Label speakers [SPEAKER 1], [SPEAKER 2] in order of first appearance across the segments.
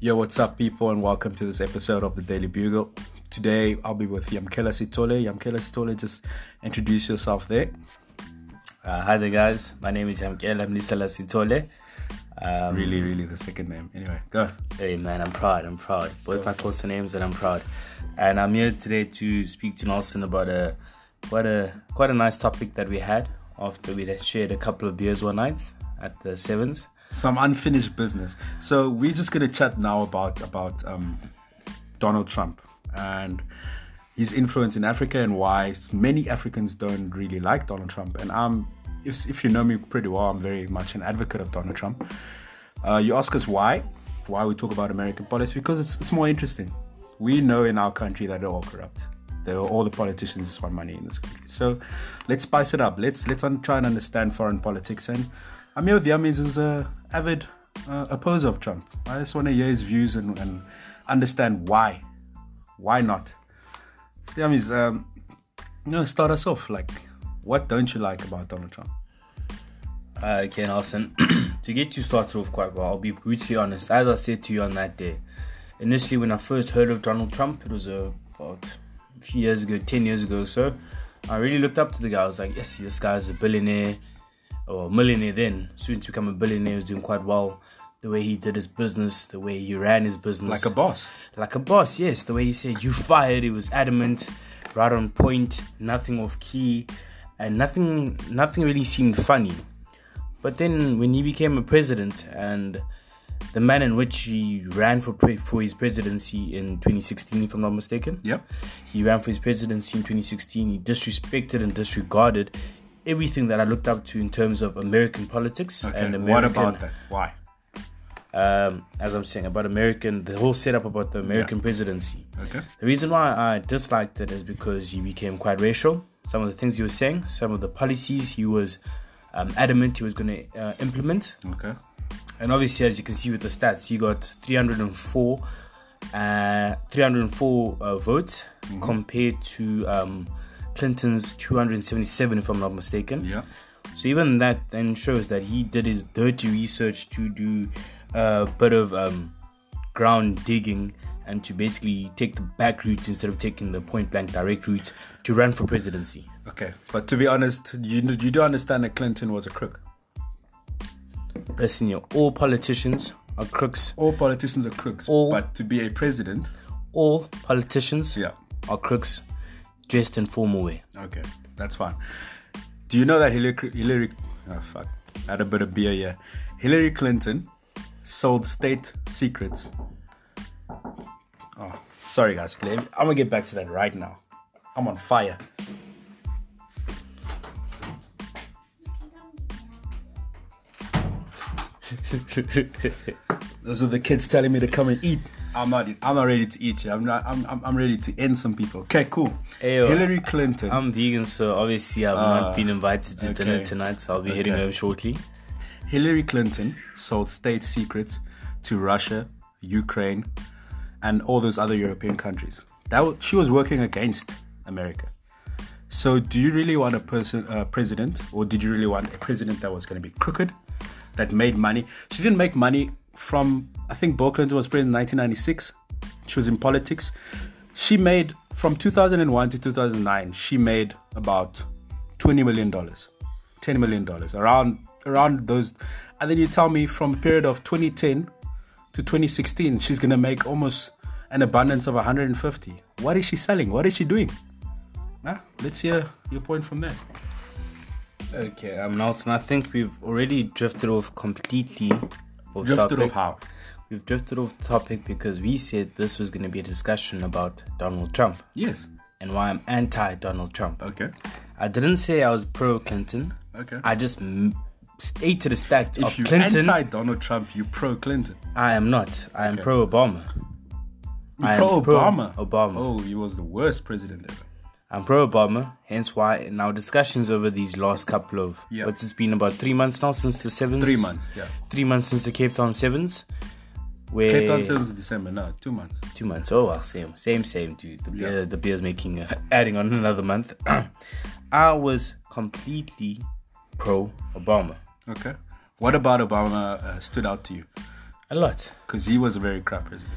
[SPEAKER 1] Yo, what's up, people, and welcome to this episode of the Daily Bugle. Today, I'll be with Yamkela Sitole. Yamkela Sitole, just introduce yourself there.
[SPEAKER 2] Uh, hi there, guys. My name is Yamkel. I'm Nisala Sitole. Um,
[SPEAKER 1] Really, really, the second name. Anyway, go.
[SPEAKER 2] Hey, man, I'm proud. I'm proud. Both my closer names, and I'm proud. And I'm here today to speak to Nelson about a quite a quite a nice topic that we had after we had shared a couple of beers one night at the Sevens.
[SPEAKER 1] Some unfinished business. So we're just gonna chat now about about um, Donald Trump and his influence in Africa and why many Africans don't really like Donald Trump. And I'm, if, if you know me pretty well, I'm very much an advocate of Donald Trump. Uh, you ask us why, why we talk about American politics because it's it's more interesting. We know in our country that they're all corrupt. They're all the politicians just want money in this country. So let's spice it up. Let's let's un- try and understand foreign politics. And Amir Diamiz was a avid uh, opposer of Trump. I just want to hear his views and, and understand why. Why not? Diamiz, um, you know, start us off. Like, what don't you like about Donald Trump?
[SPEAKER 2] Uh, okay, Nelson. to get you started off quite well, I'll be brutally honest. As I said to you on that day, initially when I first heard of Donald Trump, it was uh, about a few years ago, 10 years ago or so, I really looked up to the guy. I was like, yes, this guy's a billionaire or millionaire then, soon to become a billionaire, he was doing quite well. The way he did his business, the way he ran his business.
[SPEAKER 1] Like a boss.
[SPEAKER 2] Like a boss, yes. The way he said, you fired, he was adamant, right on point, nothing off key, and nothing, nothing really seemed funny. But then when he became a president and the man in which he ran for pre- for his presidency in 2016, if I'm not mistaken.
[SPEAKER 1] Yep.
[SPEAKER 2] He ran for his presidency in 2016. He disrespected and disregarded everything that I looked up to in terms of American politics
[SPEAKER 1] Okay.
[SPEAKER 2] and American
[SPEAKER 1] what about that? Why?
[SPEAKER 2] um, as I'm saying, about American, the whole setup about the American presidency.
[SPEAKER 1] Okay.
[SPEAKER 2] The reason why I disliked it is because he became quite racial. Some of the things he was saying, some of the policies he was um, adamant he was going to uh, implement.
[SPEAKER 1] Okay.
[SPEAKER 2] And obviously, as you can see with the stats, he got 304, uh, 304 uh, votes
[SPEAKER 1] Mm-hmm.
[SPEAKER 2] compared to um, Clinton's 277, if I'm not mistaken.
[SPEAKER 1] Yeah.
[SPEAKER 2] So even that then shows that he did his dirty research to do a bit of um, ground digging and to basically take the back route instead of taking the point blank direct route to run for presidency.
[SPEAKER 1] Okay, but to be honest, you you do understand that Clinton was a crook.
[SPEAKER 2] Listen, you all politicians are crooks.
[SPEAKER 1] All politicians are crooks.
[SPEAKER 2] All-
[SPEAKER 1] But to be a president,
[SPEAKER 2] All politicians
[SPEAKER 1] yeah,
[SPEAKER 2] are crooks dressed in formal wear.
[SPEAKER 1] okay, that's fine. Do you know that Hillary Cl- Hillary? Oh fuck, I had a bit of beer here. Hillary Clinton sold state secrets. Oh, sorry guys, Let me- I'm gonna get back to that right now. I'm on fire. Those are the kids telling me to come and eat. I'm not. I'm not ready to eat. Yeah, I'm not. I'm. I'm, I'm ready to end some people. Okay, cool.
[SPEAKER 2] Ayo.
[SPEAKER 1] Hillary Clinton.
[SPEAKER 2] I'm vegan, so obviously I've
[SPEAKER 1] Ah,
[SPEAKER 2] not been invited to dinner
[SPEAKER 1] okay.
[SPEAKER 2] tonight, so I'll be heading
[SPEAKER 1] Okay.
[SPEAKER 2] home shortly.
[SPEAKER 1] Hillary Clinton sold state secrets to Russia, Ukraine, and all those other European countries. That wa- she was working against America. So, do you really want a person, a president, or did you really want a president that was going to be crooked, that made money? She didn't make money from. I think Bill Clinton was president in 1996. She was in politics. She made from 2001 to 2009. She made about 20 million dollars. 10 million dollars around around those and then you tell me from a period of 2010 to 2016 she's going to make almost an abundance of 150 what is she selling what is she doing Huh? let's hear your point from there
[SPEAKER 2] Okay, um, Nelson, I think we've already drifted off completely. Of
[SPEAKER 1] drifted
[SPEAKER 2] topic.
[SPEAKER 1] off how
[SPEAKER 2] We've drifted off topic because we said this was going to be a discussion about Donald Trump
[SPEAKER 1] yes
[SPEAKER 2] and why I'm anti Donald Trump.
[SPEAKER 1] okay
[SPEAKER 2] I didn't say I was pro Clinton.
[SPEAKER 1] Okay.
[SPEAKER 2] I just m- stated the fact
[SPEAKER 1] if
[SPEAKER 2] of
[SPEAKER 1] you
[SPEAKER 2] Clinton.
[SPEAKER 1] anti Donald Trump, you pro Clinton.
[SPEAKER 2] I am not. I am pro Obama.
[SPEAKER 1] You
[SPEAKER 2] I am
[SPEAKER 1] pro
[SPEAKER 2] pro
[SPEAKER 1] Obama.
[SPEAKER 2] Obama.
[SPEAKER 1] Oh, he was the worst president ever.
[SPEAKER 2] I'm pro Obama, hence why in our discussions over these last couple of
[SPEAKER 1] Yeah.
[SPEAKER 2] what's it's been about three months now since the sevens.
[SPEAKER 1] Three months, yeah.
[SPEAKER 2] Three months since the Cape Town sevens. Where
[SPEAKER 1] Cape Town since December, no, two months.
[SPEAKER 2] two months. Oh, well, same, same, same, dude. The beer,
[SPEAKER 1] Yeah.
[SPEAKER 2] the beer's making, uh, adding on another month. I was completely pro Obama.
[SPEAKER 1] Okay. What about Obama uh, stood out to you?
[SPEAKER 2] A lot.
[SPEAKER 1] because he was a very crap president.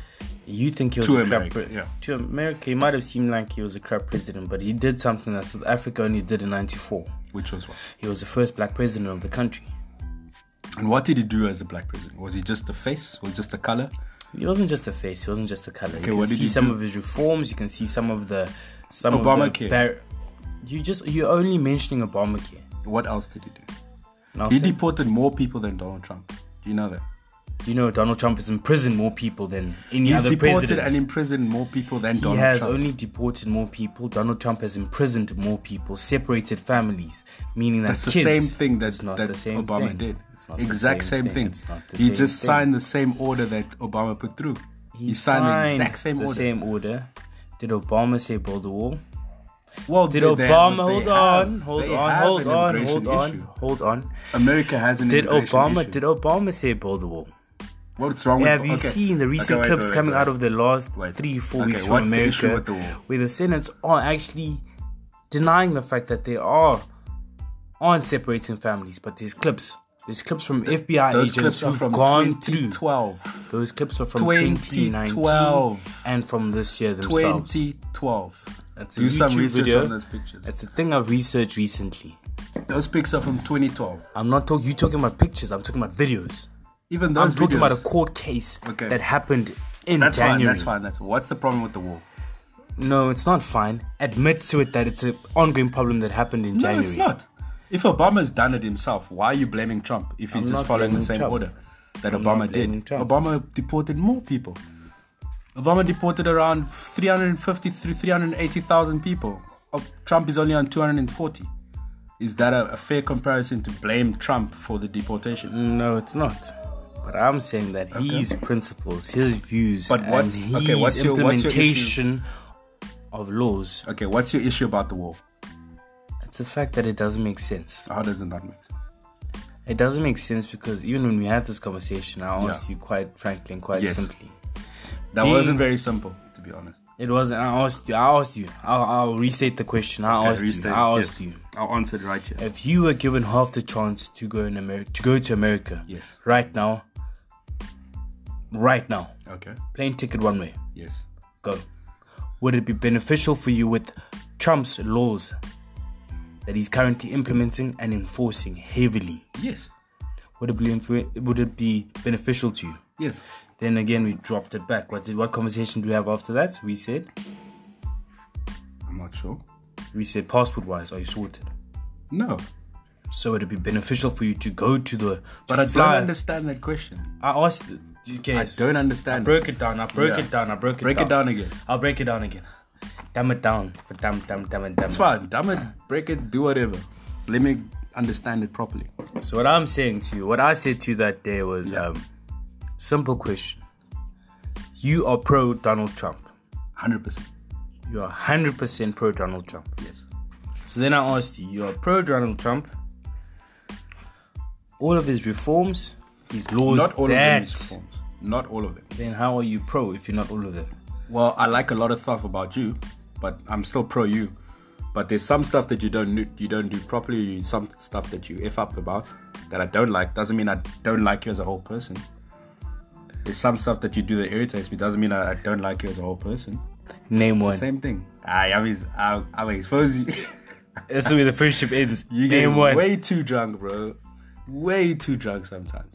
[SPEAKER 2] You think he was
[SPEAKER 1] To
[SPEAKER 2] a
[SPEAKER 1] America,
[SPEAKER 2] crap pre-
[SPEAKER 1] yeah.
[SPEAKER 2] to America? He might have seemed like he was a crap president, but he did something that South Africa only did in '94.
[SPEAKER 1] Which was what?
[SPEAKER 2] He was the first black president of the country.
[SPEAKER 1] And what did he do as a black president? Was he just a face? Was he just a color?
[SPEAKER 2] He wasn't just a face. He wasn't just a color. you can
[SPEAKER 1] what did
[SPEAKER 2] see
[SPEAKER 1] he
[SPEAKER 2] some
[SPEAKER 1] do?
[SPEAKER 2] of his reforms. You can see some of the some Of the
[SPEAKER 1] Obamacare.
[SPEAKER 2] bar- you just you're only mentioning Obamacare.
[SPEAKER 1] What else did he do?
[SPEAKER 2] Now,
[SPEAKER 1] He deported more people than Donald Trump. Do you know that?
[SPEAKER 2] you know Donald Trump has imprisoned more people than any
[SPEAKER 1] He's
[SPEAKER 2] other
[SPEAKER 1] deported
[SPEAKER 2] president.
[SPEAKER 1] and imprisoned more people than
[SPEAKER 2] he
[SPEAKER 1] Donald
[SPEAKER 2] has
[SPEAKER 1] Trump.
[SPEAKER 2] only deported more people. Donald Trump has imprisoned more people, separated families, meaning that
[SPEAKER 1] That's the
[SPEAKER 2] kids-
[SPEAKER 1] same thing that,
[SPEAKER 2] It's not
[SPEAKER 1] that
[SPEAKER 2] the same
[SPEAKER 1] Obama
[SPEAKER 2] thing.
[SPEAKER 1] did.
[SPEAKER 2] It's not the
[SPEAKER 1] exact same, thing.
[SPEAKER 2] It's not the
[SPEAKER 1] he
[SPEAKER 2] same
[SPEAKER 1] just
[SPEAKER 2] thing.
[SPEAKER 1] signed the same order that Obama put through. He, signed, the exact same
[SPEAKER 2] the
[SPEAKER 1] order.
[SPEAKER 2] same order. Did Obama say build a wall?
[SPEAKER 1] Well,
[SPEAKER 2] Did
[SPEAKER 1] they- they-
[SPEAKER 2] Obama
[SPEAKER 1] they
[SPEAKER 2] hold
[SPEAKER 1] have-
[SPEAKER 2] on, hold
[SPEAKER 1] they
[SPEAKER 2] on,
[SPEAKER 1] have
[SPEAKER 2] hold
[SPEAKER 1] an
[SPEAKER 2] on,
[SPEAKER 1] immigration
[SPEAKER 2] hold on,
[SPEAKER 1] issue.
[SPEAKER 2] hold on?
[SPEAKER 1] America has an
[SPEAKER 2] Did
[SPEAKER 1] immigration
[SPEAKER 2] Obama
[SPEAKER 1] issue.
[SPEAKER 2] did Obama say build a wall?
[SPEAKER 1] What's wrong with
[SPEAKER 2] Have you
[SPEAKER 1] okay.
[SPEAKER 2] seen the
[SPEAKER 1] Okay,
[SPEAKER 2] recent
[SPEAKER 1] wait,
[SPEAKER 2] clips
[SPEAKER 1] wait,
[SPEAKER 2] coming
[SPEAKER 1] wait.
[SPEAKER 2] out of the last
[SPEAKER 1] Wait.
[SPEAKER 2] three, four
[SPEAKER 1] Okay,
[SPEAKER 2] weeks from
[SPEAKER 1] what's the
[SPEAKER 2] America,
[SPEAKER 1] issue with the wall?
[SPEAKER 2] where the Senates are actually denying the fact that they are aren't separating families, but there's clips. There's clips from FBI
[SPEAKER 1] Those
[SPEAKER 2] agents
[SPEAKER 1] clips are
[SPEAKER 2] who've
[SPEAKER 1] from
[SPEAKER 2] gone through.
[SPEAKER 1] 2012.
[SPEAKER 2] Those clips are from
[SPEAKER 1] 2012.
[SPEAKER 2] 2019 and from this year themselves.
[SPEAKER 1] 2012.
[SPEAKER 2] That's a
[SPEAKER 1] Do some
[SPEAKER 2] YouTube
[SPEAKER 1] research
[SPEAKER 2] video.
[SPEAKER 1] on those pictures.
[SPEAKER 2] That's a thing I've researched recently.
[SPEAKER 1] Those pics are from 2012.
[SPEAKER 2] I'm not talking. You talking about pictures? I'm talking about videos.
[SPEAKER 1] Even those
[SPEAKER 2] I'm talking about a
[SPEAKER 1] videos-
[SPEAKER 2] court case
[SPEAKER 1] Okay.
[SPEAKER 2] that happened in
[SPEAKER 1] That's fine.
[SPEAKER 2] January.
[SPEAKER 1] That's fine. That's what's the problem with the wall?
[SPEAKER 2] No, it's not fine. Admit to it that it's an ongoing problem that happened in January.
[SPEAKER 1] No, it's not. If Obama's done it himself, why are you blaming Trump if he's
[SPEAKER 2] I'm
[SPEAKER 1] just
[SPEAKER 2] not
[SPEAKER 1] following the
[SPEAKER 2] blaming
[SPEAKER 1] same
[SPEAKER 2] Trump.
[SPEAKER 1] order that
[SPEAKER 2] I'm
[SPEAKER 1] Obama
[SPEAKER 2] not blaming
[SPEAKER 1] did?
[SPEAKER 2] Trump.
[SPEAKER 1] Obama deported more people. Obama deported around 350 through 380,000 people. Oh, Trump is only on 240. Is that a, a fair comparison to blame Trump for the deportation?
[SPEAKER 2] No, it's not. But I'm saying that his principles, his views,
[SPEAKER 1] But what's-
[SPEAKER 2] and his
[SPEAKER 1] okay, what's your- what's your issue?
[SPEAKER 2] implementation of laws.
[SPEAKER 1] Okay, what's your issue about the wall?
[SPEAKER 2] It's the fact that it doesn't make sense.
[SPEAKER 1] How does it not make sense?
[SPEAKER 2] It doesn't make sense because even when we had this conversation, I
[SPEAKER 1] Yeah.
[SPEAKER 2] asked you quite frankly and quite
[SPEAKER 1] Yes.
[SPEAKER 2] simply.
[SPEAKER 1] That
[SPEAKER 2] He-
[SPEAKER 1] wasn't very simple, to be honest.
[SPEAKER 2] It wasn't. I asked you. I asked you. I'll, I'll restate the question. I
[SPEAKER 1] Okay,
[SPEAKER 2] asked
[SPEAKER 1] restate.
[SPEAKER 2] you. I
[SPEAKER 1] Yes.
[SPEAKER 2] asked you. Eh.
[SPEAKER 1] I answered right here.
[SPEAKER 2] If you were given half the chance to go in America, to go to America,
[SPEAKER 1] Yes.
[SPEAKER 2] right now, right now,
[SPEAKER 1] Okay.
[SPEAKER 2] plane ticket one way,
[SPEAKER 1] Yes.
[SPEAKER 2] go. Would it be beneficial for you with Trump's laws that he's currently implementing and enforcing heavily?
[SPEAKER 1] Yes.
[SPEAKER 2] Would it be inf- would it be beneficial to you?
[SPEAKER 1] Yes.
[SPEAKER 2] Then again, we dropped it back. What did what conversation do we have after that? We said
[SPEAKER 1] I'm not sure.
[SPEAKER 2] we said passport wise, are you sorted?
[SPEAKER 1] No.
[SPEAKER 2] So would it be beneficial for you to go to the? To
[SPEAKER 1] But I
[SPEAKER 2] fly?
[SPEAKER 1] don't understand that question.
[SPEAKER 2] I asked. Okay,
[SPEAKER 1] I don't understand.
[SPEAKER 2] Broke it down. I broke
[SPEAKER 1] Yeah.
[SPEAKER 2] it down. I broke it.
[SPEAKER 1] Break
[SPEAKER 2] down.
[SPEAKER 1] it down again.
[SPEAKER 2] I'll break it down again. Dumb it down. But dumb, dumb, dumb, and dumb.
[SPEAKER 1] It's fine. Damn it. Break it. Do whatever. Let me understand it properly.
[SPEAKER 2] So what I'm saying to you, what I said to you that day was, um, simple question. You are pro Donald Trump.
[SPEAKER 1] 100%.
[SPEAKER 2] You are 100% pro Donald Trump.
[SPEAKER 1] Yes.
[SPEAKER 2] So then I asked you, you are pro Donald Trump. All of his reforms, his laws,
[SPEAKER 1] Not all of
[SPEAKER 2] that.
[SPEAKER 1] them is forms. Not all of them.
[SPEAKER 2] Then how are you pro if you're not all of them?
[SPEAKER 1] Well, I like a lot of stuff about you, but I'm still pro you. But there's some stuff that you don't do- you don't do properly. You- Some stuff that you f up about that I don't like. Doesn't mean I don't like you as a whole person. There's some stuff that you do that irritates me. Doesn't mean I, I don't like you as a whole person.
[SPEAKER 2] Name one.
[SPEAKER 1] Same thing. I I mean I I expose you.
[SPEAKER 2] That's where the friendship ends.
[SPEAKER 1] You get
[SPEAKER 2] Name one.
[SPEAKER 1] way too drunk, bro. Way too drunk sometimes.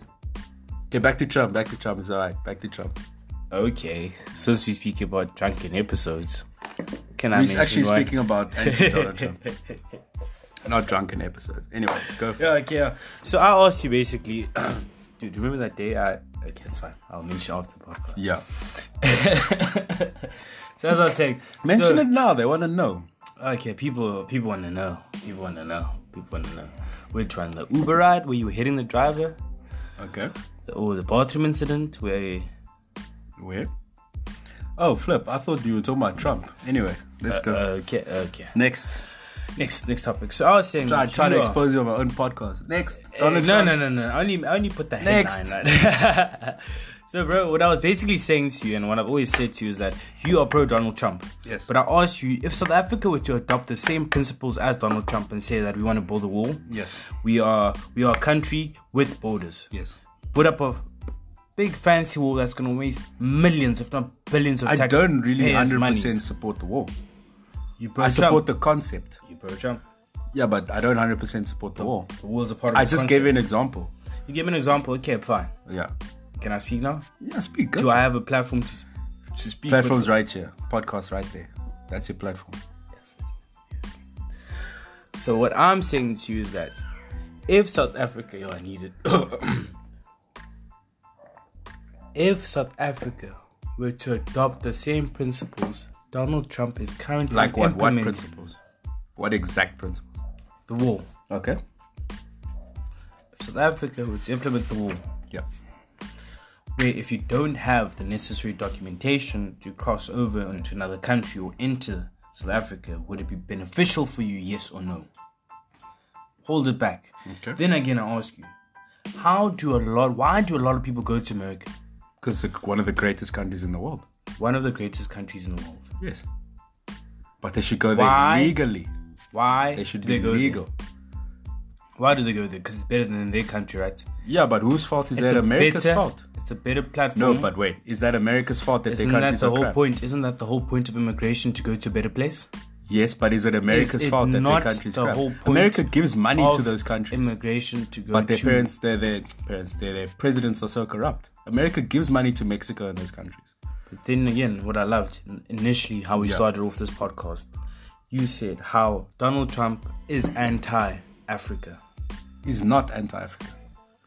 [SPEAKER 1] Okay, back to Trump. Back to Trump. It's all right. Back to Trump.
[SPEAKER 2] Oh, Okay, since we speak about drunken episodes, can I
[SPEAKER 1] He's
[SPEAKER 2] mention
[SPEAKER 1] actually
[SPEAKER 2] one?
[SPEAKER 1] speaking about anti-Donald Trump. Not drunken episodes. Anyway, go for
[SPEAKER 2] Yeah,
[SPEAKER 1] it.
[SPEAKER 2] okay. yeah. So I asked you basically, dude. Remember that day? I okay, it's fine. I'll mention after the podcast.
[SPEAKER 1] Yeah.
[SPEAKER 2] So as I was saying,
[SPEAKER 1] Mention
[SPEAKER 2] so-
[SPEAKER 1] it now. They want to know.
[SPEAKER 2] Okay, people, people want to know. People want to know. People want to know. Which one? The Uber ride where you were hitting the driver,
[SPEAKER 1] Okay.
[SPEAKER 2] or the bathroom incident where?
[SPEAKER 1] Where? Oh, flip. I thought you were talking about Trump. Anyway, let's
[SPEAKER 2] Uh,
[SPEAKER 1] go.
[SPEAKER 2] Okay, okay.
[SPEAKER 1] Next.
[SPEAKER 2] Next, next topic. So I was saying,
[SPEAKER 1] I
[SPEAKER 2] that
[SPEAKER 1] try to
[SPEAKER 2] you are-
[SPEAKER 1] expose you on my own podcast. Next.
[SPEAKER 2] Uh,
[SPEAKER 1] Donald
[SPEAKER 2] no,
[SPEAKER 1] Trump.
[SPEAKER 2] no, no, no. I Only, I only put the
[SPEAKER 1] Next.
[SPEAKER 2] headline. Right? so, bro, what I was basically saying to you, and what I've always said to you, is that you are pro Donald Trump.
[SPEAKER 1] Yes.
[SPEAKER 2] But I asked you if South Africa were to adopt the same principles as Donald Trump and say that we want to build a wall.
[SPEAKER 1] Yes.
[SPEAKER 2] We are, we are a country with borders.
[SPEAKER 1] Yes.
[SPEAKER 2] Put up of big fancy wall that's going to waste millions, if not billions, of
[SPEAKER 1] I
[SPEAKER 2] taxpayers'
[SPEAKER 1] don't really 100%
[SPEAKER 2] monies.
[SPEAKER 1] support the war.
[SPEAKER 2] You pro
[SPEAKER 1] I support
[SPEAKER 2] Trump.
[SPEAKER 1] the concept.
[SPEAKER 2] You pro Trump.
[SPEAKER 1] Yeah, but I don't 100% support the war.
[SPEAKER 2] The world's a part of
[SPEAKER 1] I
[SPEAKER 2] this
[SPEAKER 1] just gave you
[SPEAKER 2] concept.
[SPEAKER 1] an example.
[SPEAKER 2] You give me an example. Okay, fine.
[SPEAKER 1] Yeah.
[SPEAKER 2] Can I speak now?
[SPEAKER 1] Yeah, speak.
[SPEAKER 2] Do I have a platform to, to speak? with?
[SPEAKER 1] Platform's right here. Podcast right there. That's your platform.
[SPEAKER 2] So what I'm saying to you is that if South Africa, yo, I needed, if South Africa were to adopt the same principles Donald Trump is currently
[SPEAKER 1] Like what? What
[SPEAKER 2] implementing,
[SPEAKER 1] principles? What exact principles?
[SPEAKER 2] the wall.
[SPEAKER 1] Okay.
[SPEAKER 2] If South Africa were to implement the wall,
[SPEAKER 1] Yeah.
[SPEAKER 2] where if you don't have the necessary documentation to cross over into another country or enter South Africa, would it be beneficial for you, yes or no? Hold it back.
[SPEAKER 1] Okay.
[SPEAKER 2] Then again, I ask you, how do a lot, why do a lot of people go to America?
[SPEAKER 1] Because it's one of the greatest countries in the world.
[SPEAKER 2] One of the greatest countries in the world.
[SPEAKER 1] Yes. But they should go there
[SPEAKER 2] Why?
[SPEAKER 1] legally.
[SPEAKER 2] Why
[SPEAKER 1] They should
[SPEAKER 2] do
[SPEAKER 1] be
[SPEAKER 2] go
[SPEAKER 1] legal.
[SPEAKER 2] There? Why do they go there? Because it's better than their country, right?
[SPEAKER 1] Yeah, but whose fault is that?
[SPEAKER 2] a
[SPEAKER 1] America's
[SPEAKER 2] better,
[SPEAKER 1] fault.
[SPEAKER 2] It's a better platform.
[SPEAKER 1] No, but wait. Is that America's fault that
[SPEAKER 2] isn't
[SPEAKER 1] their
[SPEAKER 2] that
[SPEAKER 1] countries
[SPEAKER 2] the
[SPEAKER 1] are
[SPEAKER 2] whole
[SPEAKER 1] crap?
[SPEAKER 2] point? Isn't that the whole point of immigration to go to a better place?
[SPEAKER 1] Yes, but is it America's
[SPEAKER 2] Is it
[SPEAKER 1] fault that their
[SPEAKER 2] not
[SPEAKER 1] countries
[SPEAKER 2] the
[SPEAKER 1] crap?
[SPEAKER 2] whole point
[SPEAKER 1] America gives money to
[SPEAKER 2] of
[SPEAKER 1] those countries.
[SPEAKER 2] Immigration to go
[SPEAKER 1] but their
[SPEAKER 2] to
[SPEAKER 1] parents, their their parents, their their presidents are so corrupt. America gives money to Mexico and those countries.
[SPEAKER 2] But then again, what I loved initially how we
[SPEAKER 1] Yeah.
[SPEAKER 2] started off this podcast, you said how Donald Trump is anti-Africa.
[SPEAKER 1] He's not anti-Africa.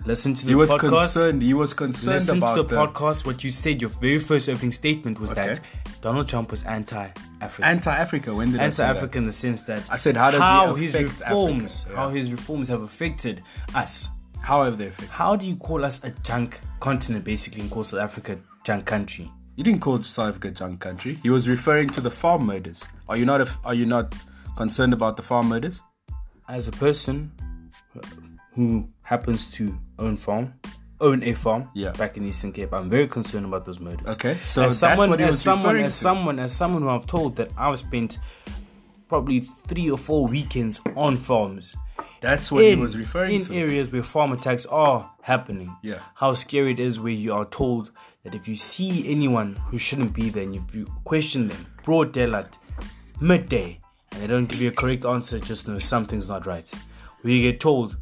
[SPEAKER 2] Listen to the
[SPEAKER 1] He was
[SPEAKER 2] podcast.
[SPEAKER 1] concerned. He was concerned
[SPEAKER 2] Listen
[SPEAKER 1] about
[SPEAKER 2] to the, podcast. What you said, your very first opening statement was that
[SPEAKER 1] Okay.
[SPEAKER 2] Donald Trump was anti-Africa.
[SPEAKER 1] anti-Africa. When did I say that?
[SPEAKER 2] anti-Africa in the sense that
[SPEAKER 1] I said, how does he
[SPEAKER 2] his
[SPEAKER 1] affect
[SPEAKER 2] reforms,
[SPEAKER 1] Africa?
[SPEAKER 2] how
[SPEAKER 1] Yeah.
[SPEAKER 2] his reforms have affected us.
[SPEAKER 1] How have they affected?
[SPEAKER 2] How do you call us a junk continent basically and call South Africa a junk country?
[SPEAKER 1] He didn't call South Africa a junk country. He was referring to the farm murders. Are you not? A, are you not concerned about the farm murders?
[SPEAKER 2] as a person who happens to own farm, own a farm
[SPEAKER 1] Yeah.
[SPEAKER 2] back in Eastern Cape, I'm very concerned about those murders.
[SPEAKER 1] Okay, so
[SPEAKER 2] as
[SPEAKER 1] that's
[SPEAKER 2] someone,
[SPEAKER 1] what he
[SPEAKER 2] as
[SPEAKER 1] was
[SPEAKER 2] someone,
[SPEAKER 1] referring
[SPEAKER 2] as
[SPEAKER 1] to.
[SPEAKER 2] someone, as someone who I've told that I've spent probably three or four weekends on farms.
[SPEAKER 1] That's what he
[SPEAKER 2] in-
[SPEAKER 1] was referring
[SPEAKER 2] in
[SPEAKER 1] to.
[SPEAKER 2] areas where farm attacks are happening.
[SPEAKER 1] Yeah.
[SPEAKER 2] How scary it is where you are told that if you see anyone who shouldn't be there and if you question them, broad daylight, midday, and they don't give you a correct answer, just know something's not right. Where you get told,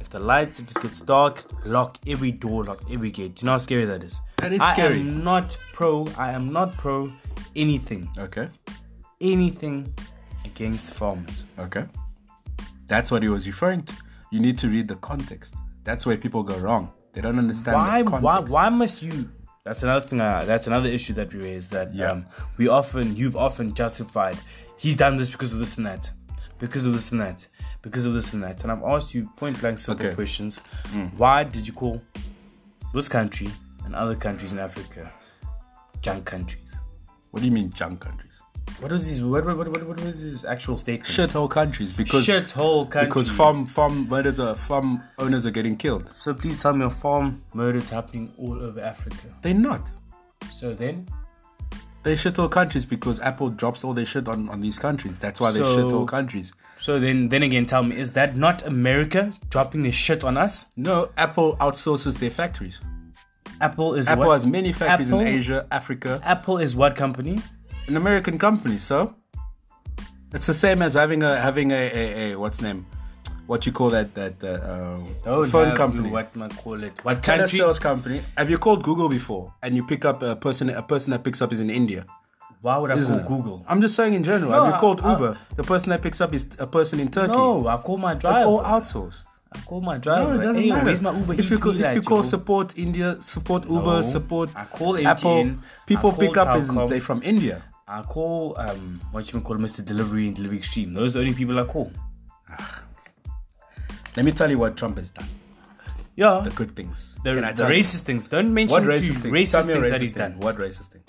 [SPEAKER 2] if the lights, if it gets dark, lock every door, lock every gate. Do you know how scary that is?
[SPEAKER 1] That is
[SPEAKER 2] I
[SPEAKER 1] scary.
[SPEAKER 2] am not pro, I am not pro anything,
[SPEAKER 1] Okay.
[SPEAKER 2] anything against farmers.
[SPEAKER 1] Okay. That's what he was referring to. You need to read the context. That's where people go wrong. They don't understand
[SPEAKER 2] why
[SPEAKER 1] the
[SPEAKER 2] why
[SPEAKER 1] context.
[SPEAKER 2] why must you that's another thing uh, that's another issue that we raised that
[SPEAKER 1] Yeah.
[SPEAKER 2] um, we often you've often justified he's done this because of this and that because of this and that because of this and that and i've asked you point blank simple
[SPEAKER 1] Okay. Hmm.
[SPEAKER 2] questions why did you call this country and other countries in africa junk countries
[SPEAKER 1] What do you mean junk countries?
[SPEAKER 2] what was his what, what, what, what, what was his actual statement
[SPEAKER 1] Shithole countries because
[SPEAKER 2] shithole country
[SPEAKER 1] because farm farm murders are farm owners are getting killed.
[SPEAKER 2] so please tell me a farm murders happening all over africa
[SPEAKER 1] They're not.
[SPEAKER 2] so then
[SPEAKER 1] They're shithole countries because Apple drops all their shit on, on these countries. That's why they're
[SPEAKER 2] So-
[SPEAKER 1] shithole countries.
[SPEAKER 2] So then, then again, tell me, is that not America dropping the shit on us?
[SPEAKER 1] No, Apple outsources their factories.
[SPEAKER 2] Apple is
[SPEAKER 1] Apple
[SPEAKER 2] what?
[SPEAKER 1] has many factories in
[SPEAKER 2] Apple-
[SPEAKER 1] Asia, Africa,
[SPEAKER 2] Apple is what company?
[SPEAKER 1] an American company. So it's the same as having a having a, a, a what's name, what you call that that uh, uh, phone company,
[SPEAKER 2] What might call it? What
[SPEAKER 1] Kind of
[SPEAKER 2] country?
[SPEAKER 1] sales company. Have you called Google before? And you pick up a person a person that picks up is in India.
[SPEAKER 2] Why would I
[SPEAKER 1] Isn't
[SPEAKER 2] call
[SPEAKER 1] it?
[SPEAKER 2] Google?
[SPEAKER 1] Uh, I'm just saying in general.
[SPEAKER 2] No,
[SPEAKER 1] have you called
[SPEAKER 2] I- I-
[SPEAKER 1] Uber? the person that picks up is a person in Turkey.
[SPEAKER 2] No, I call my driver.
[SPEAKER 1] it's all outsourced.
[SPEAKER 2] I call my driver.
[SPEAKER 1] No, it doesn't
[SPEAKER 2] hey,
[SPEAKER 1] matter.
[SPEAKER 2] Where's my Uber?
[SPEAKER 1] if you
[SPEAKER 2] Eats
[SPEAKER 1] call,
[SPEAKER 2] me
[SPEAKER 1] if you
[SPEAKER 2] like,
[SPEAKER 1] call
[SPEAKER 2] yo.
[SPEAKER 1] support India, support Uber,
[SPEAKER 2] No.
[SPEAKER 1] support
[SPEAKER 2] I call
[SPEAKER 1] Apple,
[SPEAKER 2] MTN, I
[SPEAKER 1] people
[SPEAKER 2] call
[SPEAKER 1] pick up is
[SPEAKER 2] Telkom.
[SPEAKER 1] they from India.
[SPEAKER 2] I call um, what you call Mr. Delivery and Delivery Extreme. Those are the only people I call.
[SPEAKER 1] Let me tell you what Trump has done.
[SPEAKER 2] Yeah,
[SPEAKER 1] The good things.
[SPEAKER 2] the,
[SPEAKER 1] Can I
[SPEAKER 2] the
[SPEAKER 1] tell you?
[SPEAKER 2] racist things. Don't mention
[SPEAKER 1] What
[SPEAKER 2] to
[SPEAKER 1] racist thing?
[SPEAKER 2] racist
[SPEAKER 1] Tell
[SPEAKER 2] things
[SPEAKER 1] me a
[SPEAKER 2] that
[SPEAKER 1] racist
[SPEAKER 2] he's
[SPEAKER 1] thing.
[SPEAKER 2] done.
[SPEAKER 1] What racist thing?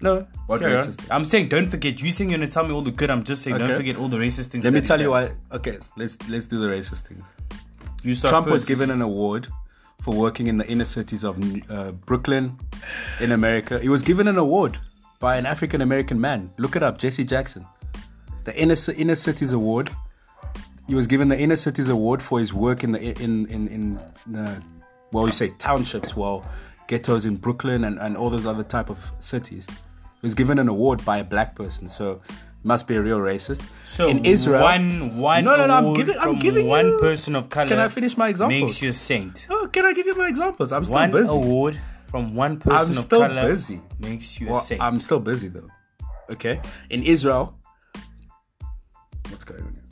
[SPEAKER 2] No.
[SPEAKER 1] What
[SPEAKER 2] carry on.
[SPEAKER 1] racist thing?
[SPEAKER 2] I'm saying don't forget. You saying you're gonna tell me all the good. I'm just saying don't
[SPEAKER 1] Okay.
[SPEAKER 2] forget all the racist things.
[SPEAKER 1] Let
[SPEAKER 2] that
[SPEAKER 1] me
[SPEAKER 2] he's
[SPEAKER 1] tell you
[SPEAKER 2] done.
[SPEAKER 1] why. Okay, let's let's do the racist thing.
[SPEAKER 2] You start
[SPEAKER 1] Trump was
[SPEAKER 2] first.
[SPEAKER 1] given an award for working in the inner cities of uh, Brooklyn in America. He was given an award by an African American man. Look it up, Jesse Jackson. The inner Ci- inner cities award. He was given the inner uh, cities award for his work in the in in in the well, you say townships. Well, ghettos in Brooklyn and, and all those other type of cities. He was given an award by a black person, so must be a real racist.
[SPEAKER 2] So
[SPEAKER 1] in Israel,
[SPEAKER 2] one one
[SPEAKER 1] No, no, no, I'm
[SPEAKER 2] award
[SPEAKER 1] giving- I'm
[SPEAKER 2] from
[SPEAKER 1] giving
[SPEAKER 2] one
[SPEAKER 1] you-
[SPEAKER 2] person of color.
[SPEAKER 1] Can I finish my examples?
[SPEAKER 2] Makes you a saint.
[SPEAKER 1] Oh, can I give you my examples? I'm still
[SPEAKER 2] One
[SPEAKER 1] busy.
[SPEAKER 2] award from one person of
[SPEAKER 1] still
[SPEAKER 2] color
[SPEAKER 1] busy.
[SPEAKER 2] makes you a
[SPEAKER 1] Well,
[SPEAKER 2] saint.
[SPEAKER 1] I'm still busy though. Okay. In Israel, what's going on? Here?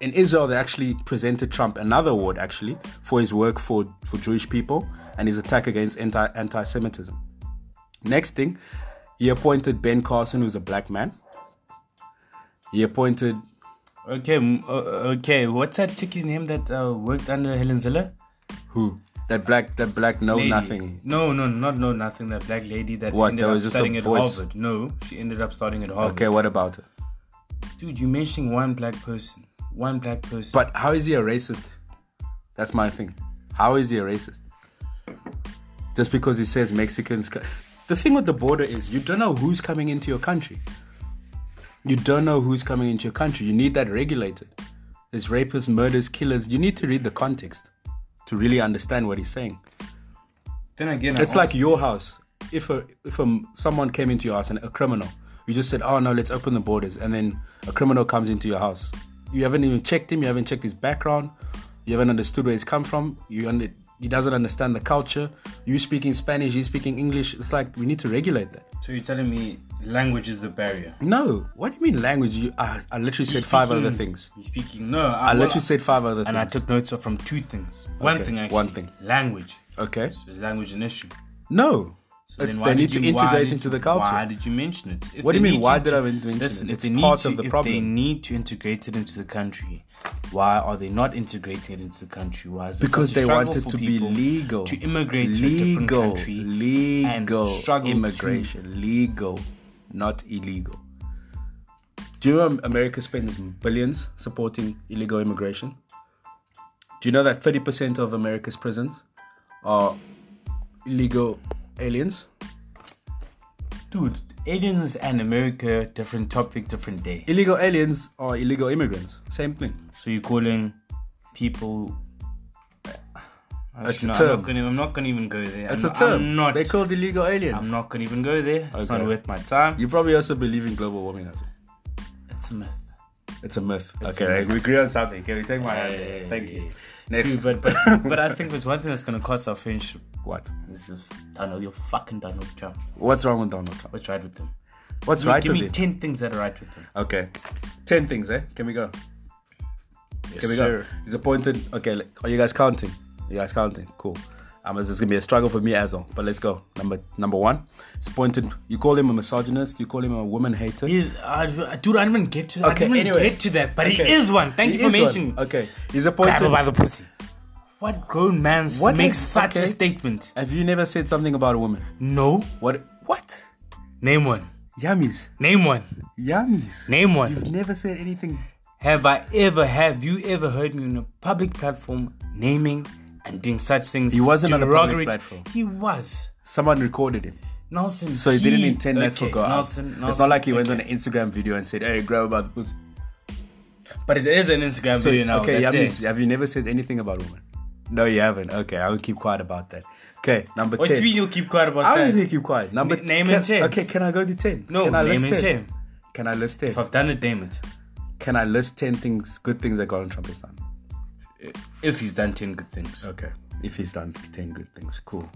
[SPEAKER 1] In Israel, they actually presented Trump another award actually for his work for for Jewish people and his attack against anti anti-Semitism. Next thing, he appointed Ben Carson, who's a black man. He appointed
[SPEAKER 2] okay, mm, uh, okay. What's that chick's name that uh, worked under Helen Ziller?
[SPEAKER 1] who that black that black know
[SPEAKER 2] Lady.
[SPEAKER 1] nothing.
[SPEAKER 2] No, no, not no nothing. That black lady that
[SPEAKER 1] What,
[SPEAKER 2] ended
[SPEAKER 1] there
[SPEAKER 2] up
[SPEAKER 1] was just a
[SPEAKER 2] studying at
[SPEAKER 1] voice?
[SPEAKER 2] Harvard. No, she ended up starting at Harvard.
[SPEAKER 1] Okay, what about her?
[SPEAKER 2] Dude, you're mentioning one black person. One black person.
[SPEAKER 1] But how is he a racist? That's my thing. How is he a racist? Just because he says Mexicans. Co- the thing with the border is you don't know who's coming into your country. You don't know who's coming into your country. You need that regulated. There's rapists, murders, killers. You need to read the context to really understand what he's saying.
[SPEAKER 2] then again,
[SPEAKER 1] It's
[SPEAKER 2] I
[SPEAKER 1] like your house. If a if a, someone came into your house and a criminal, you just said, "Oh no, let's open the borders," and then a criminal comes into your house. You haven't even checked him. You haven't checked his background. You haven't understood where he's come from. You under, he doesn't understand the culture. You speaking Spanish. He's speaking English. It's like we need to regulate that.
[SPEAKER 2] So you're telling me language is the barrier?
[SPEAKER 1] No, what do you mean language? You, I, I literally said five other things.
[SPEAKER 2] You're speaking. No,
[SPEAKER 1] I
[SPEAKER 2] well,
[SPEAKER 1] literally said five other
[SPEAKER 2] And I
[SPEAKER 1] things.
[SPEAKER 2] took notes of from two things. One
[SPEAKER 1] Okay,
[SPEAKER 2] thing actually.
[SPEAKER 1] one thing.
[SPEAKER 2] Language.
[SPEAKER 1] okay.
[SPEAKER 2] So is language an issue?
[SPEAKER 1] No.
[SPEAKER 2] So
[SPEAKER 1] it's,
[SPEAKER 2] then why
[SPEAKER 1] they
[SPEAKER 2] did
[SPEAKER 1] need to
[SPEAKER 2] you- why
[SPEAKER 1] integrate
[SPEAKER 2] did
[SPEAKER 1] into
[SPEAKER 2] you-
[SPEAKER 1] the culture.
[SPEAKER 2] Why did you mention it? If
[SPEAKER 1] What do you
[SPEAKER 2] they
[SPEAKER 1] mean,
[SPEAKER 2] need
[SPEAKER 1] why
[SPEAKER 2] to
[SPEAKER 1] did I
[SPEAKER 2] inte-
[SPEAKER 1] mention it?
[SPEAKER 2] Listen,
[SPEAKER 1] It's
[SPEAKER 2] if they need
[SPEAKER 1] part
[SPEAKER 2] to,
[SPEAKER 1] of the
[SPEAKER 2] if they
[SPEAKER 1] problem.
[SPEAKER 2] need to integrate it into the country, why are they not integrating it into the country? Why is it
[SPEAKER 1] Because
[SPEAKER 2] such a
[SPEAKER 1] they
[SPEAKER 2] struggle
[SPEAKER 1] want it
[SPEAKER 2] for
[SPEAKER 1] to be
[SPEAKER 2] people
[SPEAKER 1] legal.
[SPEAKER 2] to immigrate to a different
[SPEAKER 1] legal,
[SPEAKER 2] country,
[SPEAKER 1] legal
[SPEAKER 2] and struggle to-
[SPEAKER 1] immigration, legal, not illegal. Do you know America spends billions supporting illegal immigration? Do you know that 30% of America's prisons are illegal aliens?
[SPEAKER 2] dude? Aliens and America, different topic, different day.
[SPEAKER 1] Illegal aliens are illegal immigrants. Same thing.
[SPEAKER 2] So you're calling people.
[SPEAKER 1] It's a
[SPEAKER 2] Actually, no, I'm
[SPEAKER 1] term.
[SPEAKER 2] not gonna. I'm not gonna even go there.
[SPEAKER 1] That's
[SPEAKER 2] I'm,
[SPEAKER 1] a term.
[SPEAKER 2] I'm not.
[SPEAKER 1] They're called illegal aliens.
[SPEAKER 2] I'm not gonna even go there. It's not
[SPEAKER 1] Okay.
[SPEAKER 2] worth my time.
[SPEAKER 1] you probably also believe in global warming as well.
[SPEAKER 2] It's a myth.
[SPEAKER 1] It's a myth.
[SPEAKER 2] It's
[SPEAKER 1] okay,
[SPEAKER 2] a myth.
[SPEAKER 1] we agree on something. Can we take my hand?
[SPEAKER 2] Hey.
[SPEAKER 1] Thank you. Next.
[SPEAKER 2] Dude, but, but but I think there's one thing that's gonna cost our friendship.
[SPEAKER 1] what?
[SPEAKER 2] Is this Donald? You're fucking Donald Trump.
[SPEAKER 1] What's wrong with Donald Trump?
[SPEAKER 2] What's right with him?
[SPEAKER 1] What's
[SPEAKER 2] Give me-
[SPEAKER 1] right
[SPEAKER 2] give
[SPEAKER 1] with
[SPEAKER 2] me
[SPEAKER 1] it?
[SPEAKER 2] ten things that are right with him.
[SPEAKER 1] Okay. 10 things, eh? Can we go?
[SPEAKER 2] Yes,
[SPEAKER 1] Can we
[SPEAKER 2] sir.
[SPEAKER 1] go? He's appointed. Okay, like, are you guys counting? You guys counting? Cool. Um, this is gonna be a struggle for me as well, but let's go. Number number one, he's appointed. You call him a misogynist. You call him a woman hater.
[SPEAKER 2] He's, I, dude, I didn't even get to that.
[SPEAKER 1] Okay,
[SPEAKER 2] I didn't even
[SPEAKER 1] anyway.
[SPEAKER 2] get to that, but
[SPEAKER 1] Okay.
[SPEAKER 2] he is one. Thank
[SPEAKER 1] He
[SPEAKER 2] you for
[SPEAKER 1] is one.
[SPEAKER 2] mentioning.
[SPEAKER 1] Okay, he's
[SPEAKER 2] Grab her
[SPEAKER 1] appointed.
[SPEAKER 2] by the pussy. What grown man
[SPEAKER 1] What
[SPEAKER 2] makes
[SPEAKER 1] is-
[SPEAKER 2] such
[SPEAKER 1] okay.
[SPEAKER 2] a statement?
[SPEAKER 1] Have you never said something about a woman?
[SPEAKER 2] No.
[SPEAKER 1] What? What?
[SPEAKER 2] Name one.
[SPEAKER 1] Yummies.
[SPEAKER 2] Name one.
[SPEAKER 1] Yummies.
[SPEAKER 2] Name one.
[SPEAKER 1] You've never said anything.
[SPEAKER 2] Have I ever, have you ever heard me on a public platform naming and doing such things?
[SPEAKER 1] He wasn't on a public
[SPEAKER 2] derogatory-
[SPEAKER 1] platform.
[SPEAKER 2] He was.
[SPEAKER 1] Someone recorded him.
[SPEAKER 2] Nelson.
[SPEAKER 1] So he didn't intend that
[SPEAKER 2] okay,
[SPEAKER 1] to go out.
[SPEAKER 2] Nelson,
[SPEAKER 1] it's not
[SPEAKER 2] Nelson,
[SPEAKER 1] like he went
[SPEAKER 2] okay.
[SPEAKER 1] on an Instagram video and said, "Hey, grab about the pussy."
[SPEAKER 2] But it is an Instagram
[SPEAKER 1] So,
[SPEAKER 2] video now.
[SPEAKER 1] okay,
[SPEAKER 2] that's
[SPEAKER 1] Yamis,
[SPEAKER 2] it.
[SPEAKER 1] have you never said anything about women? No, you haven't. Okay, I will keep quiet about that. Okay, number
[SPEAKER 2] What do you
[SPEAKER 1] ten.
[SPEAKER 2] mean you'll keep quiet about
[SPEAKER 1] How
[SPEAKER 2] that?
[SPEAKER 1] does he keep quiet? Number
[SPEAKER 2] N- name
[SPEAKER 1] can,
[SPEAKER 2] and shame.
[SPEAKER 1] Okay, can I go to ten?
[SPEAKER 2] No,
[SPEAKER 1] can I
[SPEAKER 2] name
[SPEAKER 1] list
[SPEAKER 2] and
[SPEAKER 1] 10?
[SPEAKER 2] shame.
[SPEAKER 1] Can I list ten?
[SPEAKER 2] If I've done it, damn it.
[SPEAKER 1] Can I list ten things, good things that Donald Trump has done?
[SPEAKER 2] If he's done 10 good things.
[SPEAKER 1] Okay, if he's done ten good things, cool.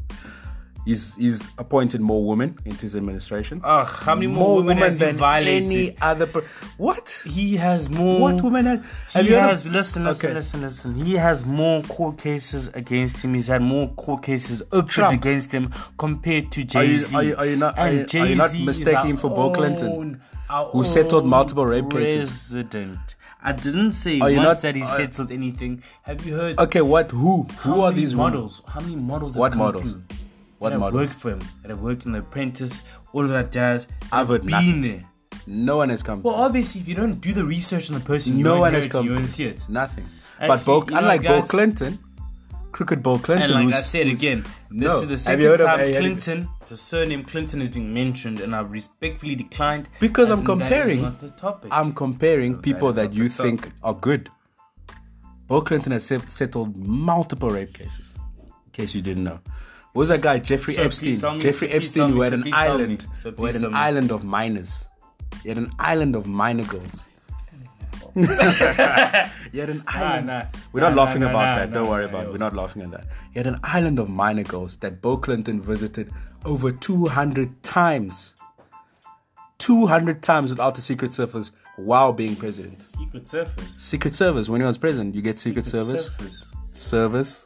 [SPEAKER 1] He's he's appointed more women into his administration.
[SPEAKER 2] Ugh, how many more, women has he
[SPEAKER 1] than
[SPEAKER 2] violated?
[SPEAKER 1] any other. Per- what?
[SPEAKER 2] He has more.
[SPEAKER 1] What woman has? have
[SPEAKER 2] He
[SPEAKER 1] you heard of-
[SPEAKER 2] has listen, listen,
[SPEAKER 1] Okay.
[SPEAKER 2] listen, listen. He has more court cases against him. He's had more court cases opened
[SPEAKER 1] Trump.
[SPEAKER 2] against him compared to
[SPEAKER 1] Are
[SPEAKER 2] Jay
[SPEAKER 1] you,
[SPEAKER 2] Z.
[SPEAKER 1] are, you, are you not are you, are you not mistaking him for Bill Clinton? who settled multiple rape cases?
[SPEAKER 2] President. I didn't say
[SPEAKER 1] Are
[SPEAKER 2] once
[SPEAKER 1] you not-
[SPEAKER 2] that he
[SPEAKER 1] are-
[SPEAKER 2] settled anything. Have you heard?
[SPEAKER 1] Okay, what? Who?
[SPEAKER 2] how
[SPEAKER 1] Who are
[SPEAKER 2] many
[SPEAKER 1] these women?
[SPEAKER 2] models? How many models? have
[SPEAKER 1] What
[SPEAKER 2] come
[SPEAKER 1] models?
[SPEAKER 2] through
[SPEAKER 1] What
[SPEAKER 2] that have
[SPEAKER 1] models?
[SPEAKER 2] worked for him? That have worked in The Apprentice, all of that jazz. that
[SPEAKER 1] I've
[SPEAKER 2] have
[SPEAKER 1] heard
[SPEAKER 2] been
[SPEAKER 1] nothing.
[SPEAKER 2] there.
[SPEAKER 1] No one has come.
[SPEAKER 2] Well, obviously, if you don't do the research on the person,
[SPEAKER 1] no
[SPEAKER 2] you
[SPEAKER 1] one
[SPEAKER 2] one
[SPEAKER 1] has
[SPEAKER 2] it,
[SPEAKER 1] come.
[SPEAKER 2] You won't see it.
[SPEAKER 1] Nothing. but
[SPEAKER 2] Actually,
[SPEAKER 1] Bill,
[SPEAKER 2] you know,
[SPEAKER 1] unlike Bill
[SPEAKER 2] guys-
[SPEAKER 1] Clinton, crooked Bill Clinton,
[SPEAKER 2] And like
[SPEAKER 1] who's,
[SPEAKER 2] I said
[SPEAKER 1] who's-
[SPEAKER 2] again, this
[SPEAKER 1] No.
[SPEAKER 2] is the
[SPEAKER 1] Have you
[SPEAKER 2] second
[SPEAKER 1] heard of
[SPEAKER 2] time
[SPEAKER 1] A-
[SPEAKER 2] Clinton, the surname Clinton, is being mentioned, and I respectfully declined
[SPEAKER 1] Because
[SPEAKER 2] as
[SPEAKER 1] I'm
[SPEAKER 2] in that is
[SPEAKER 1] comparing.
[SPEAKER 2] not the topic.
[SPEAKER 1] I'm comparing people
[SPEAKER 2] is
[SPEAKER 1] that
[SPEAKER 2] not
[SPEAKER 1] you
[SPEAKER 2] the topic.
[SPEAKER 1] think are good. Bill Clinton has se- settled multiple rape cases. In case you didn't know, What was that guy Jeffrey
[SPEAKER 2] Sir Pete
[SPEAKER 1] Epstein?
[SPEAKER 2] Selmy, Sir
[SPEAKER 1] Jeffrey
[SPEAKER 2] Pete
[SPEAKER 1] Epstein who
[SPEAKER 2] Selmy,
[SPEAKER 1] had
[SPEAKER 2] Sir
[SPEAKER 1] an
[SPEAKER 2] Pete Selmy,
[SPEAKER 1] island,
[SPEAKER 2] Sir
[SPEAKER 1] who had
[SPEAKER 2] Pete
[SPEAKER 1] an
[SPEAKER 2] Selmy.
[SPEAKER 1] island of minors. He had an island of minor girls. he had an island.
[SPEAKER 2] nah.
[SPEAKER 1] We're
[SPEAKER 2] Nah,
[SPEAKER 1] not
[SPEAKER 2] nah,
[SPEAKER 1] laughing
[SPEAKER 2] nah,
[SPEAKER 1] about
[SPEAKER 2] nah,
[SPEAKER 1] that.
[SPEAKER 2] nah,
[SPEAKER 1] Don't worry
[SPEAKER 2] nah,
[SPEAKER 1] about it.
[SPEAKER 2] yo.
[SPEAKER 1] We're not laughing at that. He had an island of minor girls that Bill Clinton visited over 200 times. 200 times without the Secret Service while being president.
[SPEAKER 2] Secret Surface.
[SPEAKER 1] Secret Service, when he was president, you get Secret, Service
[SPEAKER 2] Surface.
[SPEAKER 1] service,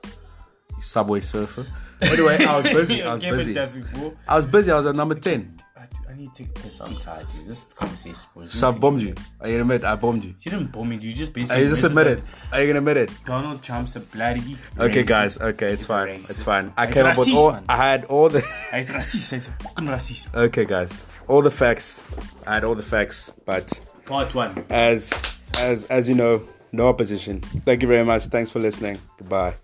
[SPEAKER 1] you subway surfer. Anyway, I was busy. I was
[SPEAKER 2] Give it
[SPEAKER 1] busy.
[SPEAKER 2] that's it, bro.
[SPEAKER 1] I was busy. I was at number ten.
[SPEAKER 2] I, I need to take a piss. I'm tired, dude. This conversation was.
[SPEAKER 1] So I bombed you. Are you gonna admit I bombed you?
[SPEAKER 2] You didn't bomb me, dude. You just
[SPEAKER 1] Are
[SPEAKER 2] basically.
[SPEAKER 1] you just admit it? Are you gonna admit it?
[SPEAKER 2] that Donald Trump's a bloody.
[SPEAKER 1] Okay,
[SPEAKER 2] racist.
[SPEAKER 1] guys. Okay, it's
[SPEAKER 2] He's a
[SPEAKER 1] fine.
[SPEAKER 2] racist.
[SPEAKER 1] It's fine. I
[SPEAKER 2] He's
[SPEAKER 1] came
[SPEAKER 2] a
[SPEAKER 1] up with
[SPEAKER 2] racist,
[SPEAKER 1] all.
[SPEAKER 2] man.
[SPEAKER 1] I had all the.
[SPEAKER 2] He's racist. He's a fucking racist.
[SPEAKER 1] Okay, guys. All the facts. I had all the facts, but
[SPEAKER 2] Part one.
[SPEAKER 1] as as as you know, no opposition. Thank you very much. Thanks for listening. Goodbye.